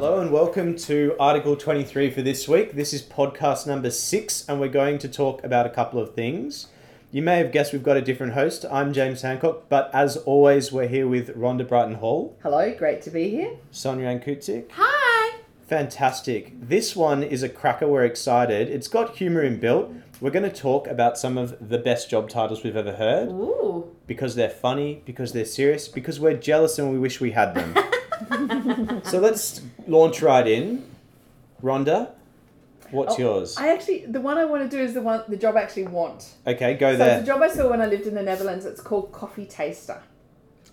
welcome to Article 23 for this week. This is podcast number six, and we're going to talk about a couple of things. You may have guessed we've got a different host. I'm James Hancock, but as always, we're here with Rhonda Brighton Hall, Hello, great to be here. Sonia Ankutik. Hi. Fantastic. This one is a cracker. We're excited. It's got humour inbuilt. We're going to talk about some of the best job titles we've ever heard Ooh. because they're funny, because they're serious, because we're jealous and we wish we had them. so let's launch right in. Rhonda, what's Oh, yours? I actually, the one I want to do is the one, the job I actually want. okay, go so there. it's a job I saw when I lived in the Netherlands. It's called coffee taster.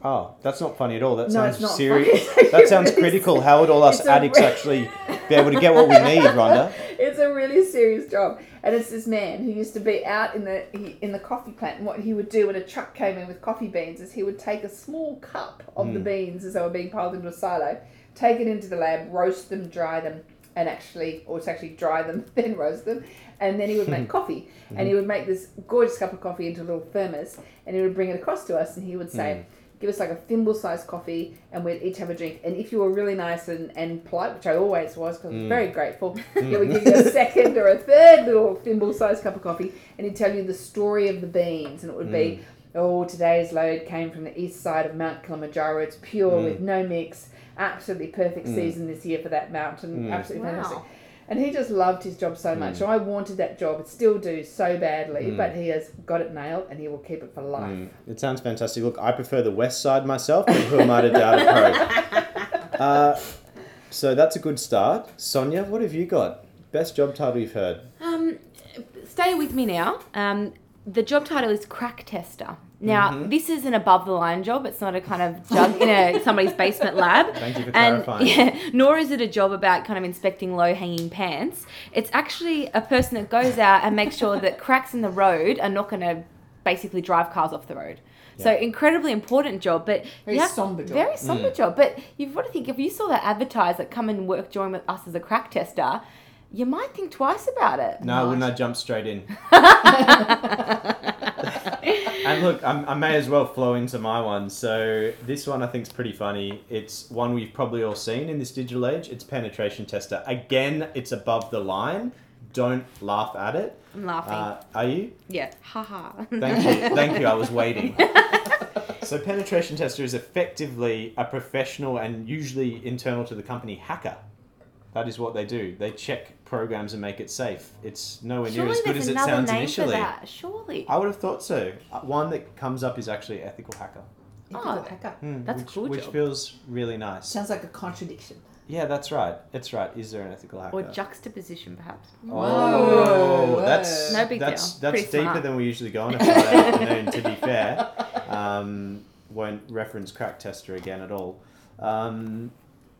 oh, that's not funny at all. That No, sounds it's not serious. funny. that sounds It's- critical. How would all us it's a addicts re- actually be able to get what we need, Rhonda? It's a really serious job, and it's this man who used to be out in the he, in the coffee plant. And what he would do when a truck came in with coffee beans is he would take a small cup of the beans as they were being piled into a silo, take it into the lab, roast them, dry them, and actually, or it's actually dry them, then roast them, and then he would make coffee. And he would make this gorgeous cup of coffee into a little thermos, and he would bring it across to us, and he would say. Give us like a thimble-sized coffee, and we'd each have a drink. And if you were really nice and, and polite, which I always was, because I was very grateful, he would give you a second or a third little thimble-sized cup of coffee, and he'd tell you the story of the beans, and it would be, oh, today's load came from the east side of Mount Kilimanjaro. It's pure with no mix, absolutely perfect season this year for that mountain. Absolutely fantastic. Wow. And he just loved his job so much. So I wanted that job, still do so badly, but he has got it nailed and he will keep it for life. Um, It sounds fantastic. Look, I prefer the west side myself, but who am I to doubt a pro? Uh, so that's a good start. Sonia, what have you got? Best job title you've heard. Um, stay with me now. Um, the job title is crack tester. Now, Mm-hmm. this is an above the line job. It's not a kind of jug in a somebody's basement lab. Thank you for And clarifying. yeah, nor is it a job about kind of inspecting low hanging pants. It's actually a person that goes out and makes sure that cracks in the road are not going to basically drive cars off the road. So Yeah. incredibly important job, but Very you somber job. Very somber Mm. job, but you've got to think if you saw that advertised that come and work join with us as a crack tester, you might think twice about it. No, wouldn't I jump straight in? and look, I'm, I may as well flow into my one. So this one I think is pretty funny. It's one we've probably all seen in this digital age. It's penetration tester. Again, it's above the line. Don't laugh at it. I'm laughing. Uh, are you? yeah, haha. Thank you. Thank you. I was waiting. So, penetration tester is effectively a professional and usually internal to the company hacker. That is what they do. They check programs and make it safe. It's nowhere near Surely as good there's as it another sounds name initially. for that. Surely. I would have thought so. Uh, One that comes up is actually ethical hacker. You Oh. could pack up. Hmm, That's a which, cool Which job. feels really nice. Sounds like a contradiction. Yeah, that's right. That's right. Is there an ethical hacker? Or juxtaposition, perhaps. Oh, Whoa. that's No big that's deal. that's Pretty deeper smart. than we usually go on a Friday afternoon. To be fair, um, won't reference crack tester again at all. Um,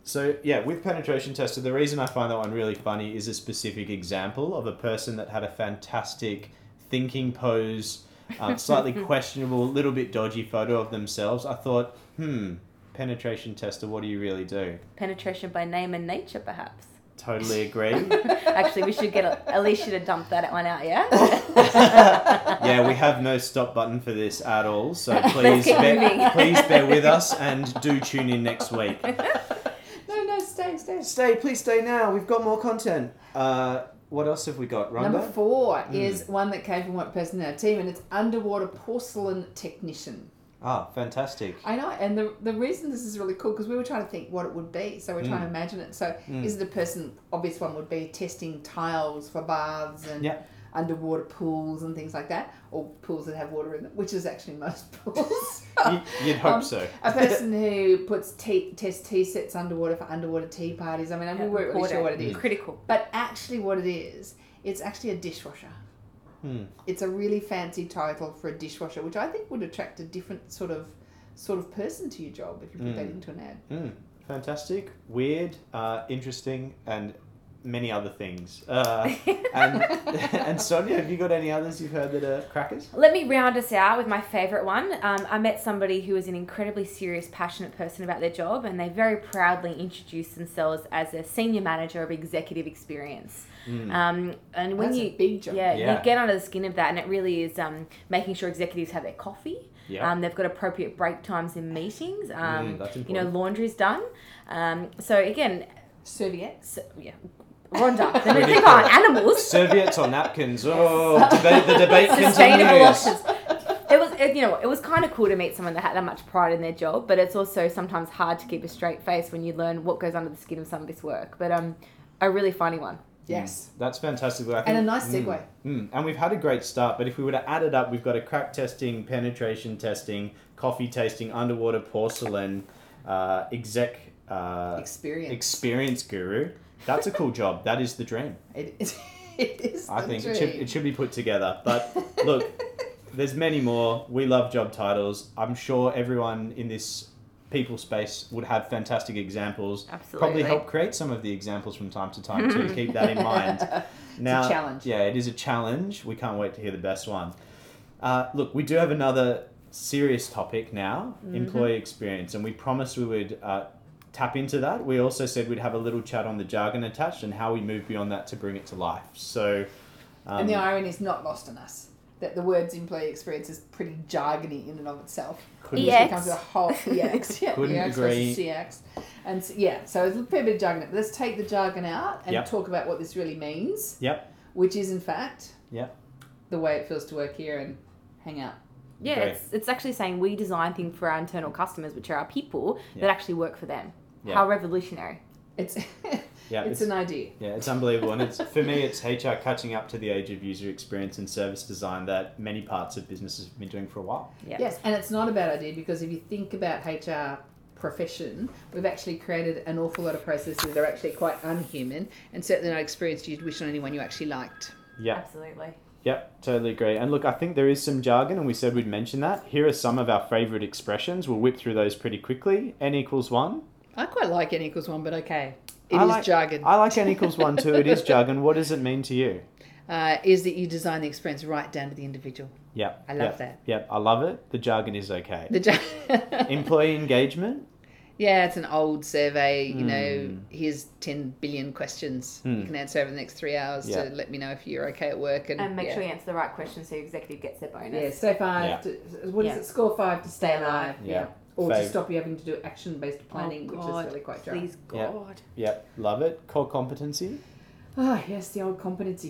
so yeah, with penetration tester, the reason I find that one really funny is a specific example of a person that had a fantastic thinking pose, um, slightly questionable, little bit dodgy photo of themselves. I thought, hmm, penetration tester, what do you really do? Penetration by name and nature, perhaps. Totally agree. Actually, we should get Alicia to dump that one out, yeah? yeah, we have no stop button for this at all. So please, Let's keep bear, moving. please bear with us and do tune in next week. No, no, stay, stay. Stay, please stay now. We've got more content. Uh, what else have we got, Number Rhonda? Hmm. four is one that came from one person in our team, and it's underwater porcelain technician. Ah, fantastic. I know, and the, the reason this is really cool because we were trying to think what it would be, so we're trying Hmm. to imagine it. So, is it a person? Obvious one would be testing tiles for baths and Yeah. underwater pools and things like that, or pools that have water in them, which is actually most pools. You, you'd hope Um, so. A uh, person who puts tea, test tea sets underwater for underwater tea parties. I mean, I mean, we weren't really sure what it is. Critical. But actually, what it is, it's actually a dishwasher. Hmm. It's a really fancy title for a dishwasher, which I think would attract a different sort of sort of person to your job if you put that into an ad. Mm, fantastic, weird, uh, interesting, and many other things. Uh, and, and Sonia, have you got any others you've heard that are crackers? Let me round us out with my favourite one. Um, I met somebody who was an incredibly serious, passionate person about their job, and they very proudly introduced themselves as a senior manager of executive experience. Hmm, Um, and when Hmm. That's a you big job. yeah, Yeah. you get under the skin of that, and it really is um, making sure executives have their coffee. Yeah. Um, they've got appropriate break times in meetings. Um, Mm, Hmm, that's you know, important. laundry's done. Um, so again, Serviettes. So, yeah. Rhonda. Then we think on animals. Serviettes or napkins? Oh, debate, the debate Sustainable continues. options. It was, it, you know, it was kind of cool to meet someone that had that much pride in their job, but it's also sometimes hard to keep a straight face when you learn what goes under the skin of some of this work. But um, a really funny one. Mm. Yes. That's fantastic. I think, And a nice Mm, segue. mm. and we've had a great start, but if we were to add it up, we've got a crack testing, penetration testing, coffee tasting, underwater porcelain, uh, exec uh, Experience. experience guru. That's a cool job. That is the dream. it, is- it is. I the think dream. it should, it should be put together. But look, there's many more. We love job titles. I'm sure everyone in this people space would have fantastic examples. Absolutely. Probably help create some of the examples from time to time too. Keep that in mind. Now, challenge. Yeah, it is a challenge. We can't wait to hear the best one. Uh, look, we do have another serious topic now Mm-hmm. employee experience, and we promised we would uh, tap into that. We also said we'd have a little chat on the jargon attached and how we move beyond that to bring it to life. So, um, and the irony is not lost on us that the words employee experience is pretty jargony in and of itself. couldn't, Yeah. It comes with E a whole EX. Yeah, Couldn't EX agree. versus CX. And s- yeah, so it's a fair bit of jargon. But let's take the jargon out and Yep. talk about what this really means, Yep. which is in fact Yep. the way it feels to work here and hang out. Yeah, Great. it's, it's actually saying we design things for our internal customers, which are our people Yeah. that actually work for them. Yeah. How revolutionary. It's Yeah, it's, it's an idea. yeah, it's unbelievable, and it's for me, it's HR catching up to the age of user experience and service design that many parts of businesses have been doing for a while. Yeah. Yes, and it's not a bad idea because if you think about HR profession, we've actually created an awful lot of processes that are actually quite unhuman and certainly not experienced you'd wish on anyone you actually liked. Yeah. Absolutely. Yep, totally agree. And look, I think there is some jargon, and we said we'd mention that. Here are some of our favourite expressions. We'll whip through those pretty quickly. N equals one. I quite like n equals one, but okay. it is I like- jargon. I like N equals one too. It is jargon. What does it mean to you? uh, is that you design the experience right down to the individual. Yep. I love yep, that. Yep, I love it. The jargon is okay. The jar- Employee engagement. yeah, it's an old survey. You know, Mm. here's ten billion questions Mm. you can answer over the next three hours Yeah. to let me know if you're okay at work and, And make yeah. sure you answer the right question so your executive gets their bonus. Yeah, so five. Yeah. To, what is Yeah. it? Score five to stay alive. Yeah. Or Fav- to stop you having to do action-based planning, which Oh, God, is really quite dry. Please, Yeah. God. Yep, love it. Core competency. Oh yes, the old competency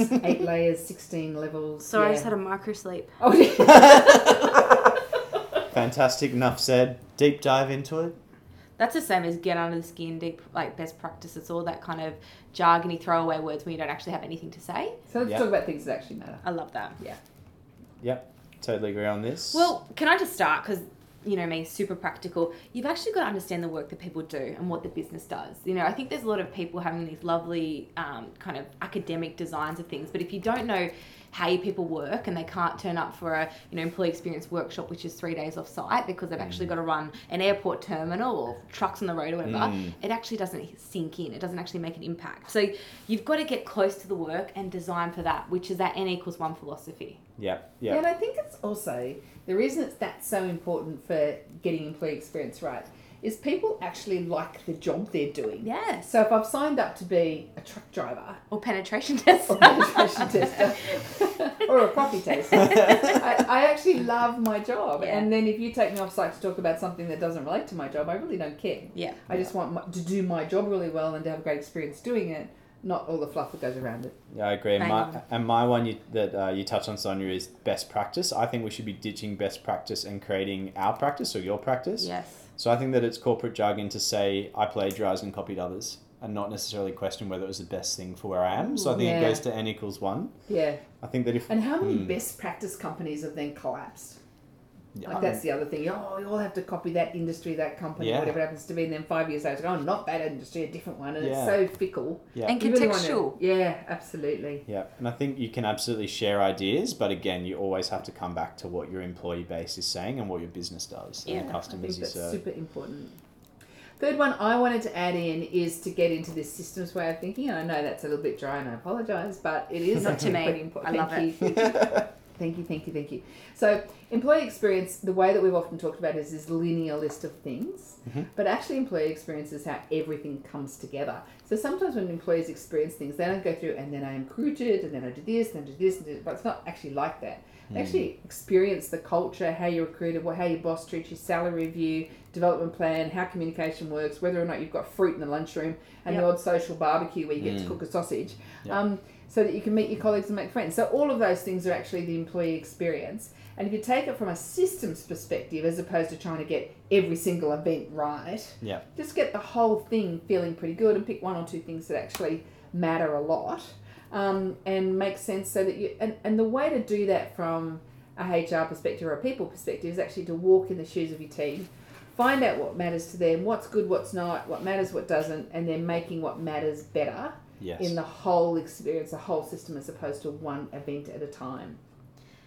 eight layers, sixteen levels. Sorry, I yeah. just had a micro sleep. Oh, Fantastic. Enough said. Deep dive into it. That's the same as get under the skin, deep, like best practice. It's all that kind of jargony throwaway words when you don't actually have anything to say. so let's Yeah. talk about things that actually matter. I love that. Totally agree on this. Well, can I just start? Because, you know me, super practical. You've actually got to understand the work that people do and what the business does. You know, I think there's a lot of people having these lovely um, kind of academic designs of things, but if you don't know how your people work and they can't turn up for a you know employee experience workshop which is three days off site because they've actually got to run an airport terminal or trucks on the road or whatever Mm. it actually doesn't sink in it doesn't actually make an impact so you've got to get close to the work and design for that which is that n equals one philosophy yep, Yeah, yep. and I think it's also the reason it's that's so important for getting employee experience right is people actually like the job they're doing. yes So if I've signed up to be a truck driver or penetration test or penetration tester or a coffee taster, I, I actually love my job. Yeah. And then if you take me off site to talk about something that doesn't relate to my job, I really don't care. Yeah. I just want my, to do my job really well and to have a great experience doing it, not all the fluff that goes around it. Yeah, I agree. And Bang my, on. and my one you, that uh, you touched on, Sonia, is best practice. I think we should be ditching best practice and creating our practice or your practice. Yes. So I think that it's corporate jargon to say I plagiarized and copied others and not necessarily question whether it was the best thing for where I am. So I think Yeah. it goes to n equals one. Yeah. I think that if And how many Mm. best practice companies have then collapsed? Yeah, Like that's the other thing. Oh, you all have to copy that industry, that company, Um, Yeah. whatever it happens to be. And then five years later, oh, not that industry, a different one, and Yeah. it's so fickle. Yeah. And You really wanna- contextual. yeah, absolutely. yeah, and I think you can absolutely share ideas, but again, you always have to come back to what your employee base is saying and what your business does and Yeah, the I customers uh, think you that's serve. super important. Third one I wanted to add in is to get into this systems way of thinking. And I know that's a little bit dry, and I apologise, but it is Not to actually me. pretty important. I love Thank you. Thank you, thank you, thank you. So, employee experience, the way that we've often talked about is this linear list of things, Mhm. but actually, employee experience is how everything comes together. So, sometimes when employees experience things, they don't go through and then I am recruited and then I did this and I did this, and did, but it's not actually like that. They actually experience the culture, how you're recruited, what, how your boss treats you, salary review, development plan, how communication works, whether or not you've got fruit in the lunchroom, and Yep. the odd social barbecue where you get to Mm. cook a sausage. Yeah. Um, so that you can meet your colleagues and make friends. So all of those things are actually the employee experience. And if you take it from a systems perspective, as opposed to trying to get every single event right, Yeah. just get the whole thing feeling pretty good and pick one or two things that actually matter a lot um, and make sense so that you and, and the way to do that from a HR perspective or a people perspective is actually to walk in the shoes of your team, find out what matters to them, what's good, what's not, what matters, what doesn't, and then making what matters better Yes. in the whole experience, the whole system, as opposed to one event at a time.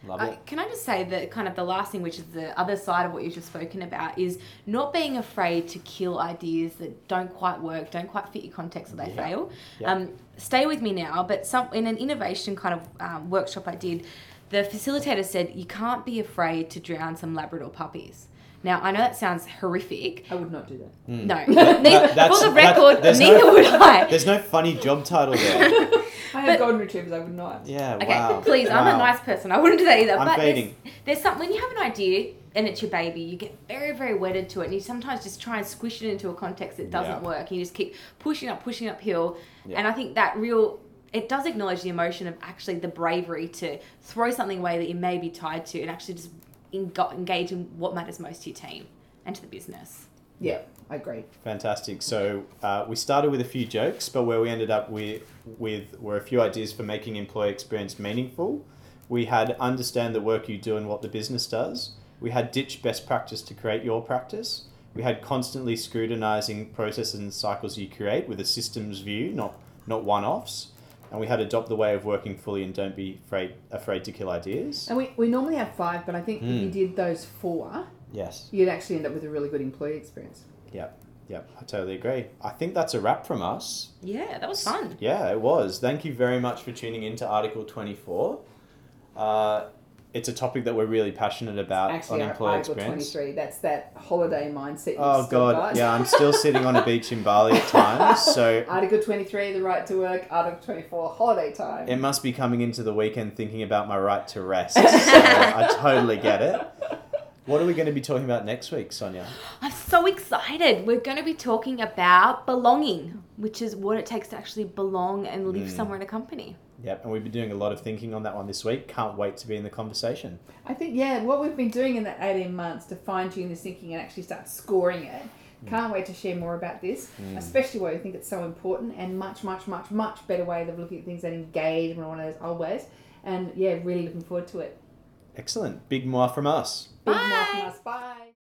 Love Uh, it. can I just say that kind of the last thing, which is the other side of what you've just spoken about, is not being afraid to kill ideas that don't quite work, don't quite fit your context, or they Yeah. fail. Yeah. Um, stay with me now, but some in an innovation kind of um, workshop I did, the facilitator said you can't be afraid to drown some Labrador puppies. Now I know that sounds horrific. I would not do that. No, That- neither, that's- for the that- record, there's no- neither would I. Hmm. There's no funny job title there. I have But- golden retrievers. I would not. Yeah. Okay, wow. please, I'm Wow. a nice person. I wouldn't do that either. I'm but there's- fading. there's some when you have an idea and it's your baby, you get very, very wedded to it, and you sometimes just try and squish it into a context that doesn't Yeah. work. And you just keep pushing up, pushing uphill, Yeah. and I think that real it does acknowledge the emotion of actually the bravery to throw something away that you may be tied to, and actually just en- engage in what matters most to your team and to the business. Yeah, I agree. Fantastic. So uh, we started with a few jokes, but where we ended up with, with were a few ideas for making employee experience meaningful. We had understand the work you do and what the business does. We had ditch best practice to create your practice. We had constantly scrutinizing processes and cycles you create with a systems view, not not one offs. And we had adopt the way of working fully and don't be afraid afraid to kill Oh. ideas. And we, we normally have five, but I think if you Mm. did those four, Yes. you'd actually end up with a really good employee experience. Yep. I totally agree. I think that's a wrap from us. Yeah, that was fun. Yeah, it was. Thank you very much for tuning in to Article 24. Uh, it's a topic that we're really passionate about Actually, on I- employee I've got Uh, experience. 23. That's that holiday mindset. you've Oh, still God. got. Yeah, I'm still sitting on a beach in Bali at times. So Article 23, the right to work. Article 24, holiday time. it must be coming into the weekend thinking about my right to rest. So I totally get it. What are we going to be talking about next week, Sonia? I'm so excited. We're going to be talking about belonging, which is what it takes to actually belong and live Mm. somewhere in a company. Yep, and we've been doing a lot of thinking on that one this week. Can't wait to be in the conversation. I think, yeah, what we've been doing in the 18 months to fine tune this thinking and actually start scoring it. Hmm. Can't wait to share more about this, especially why we think it's so important and much, much, much, much better way of looking at things and engagement and all those old ways. And yeah, really looking forward to it. Excellent. Big more from us. Big mouth Bye. mask. Bye.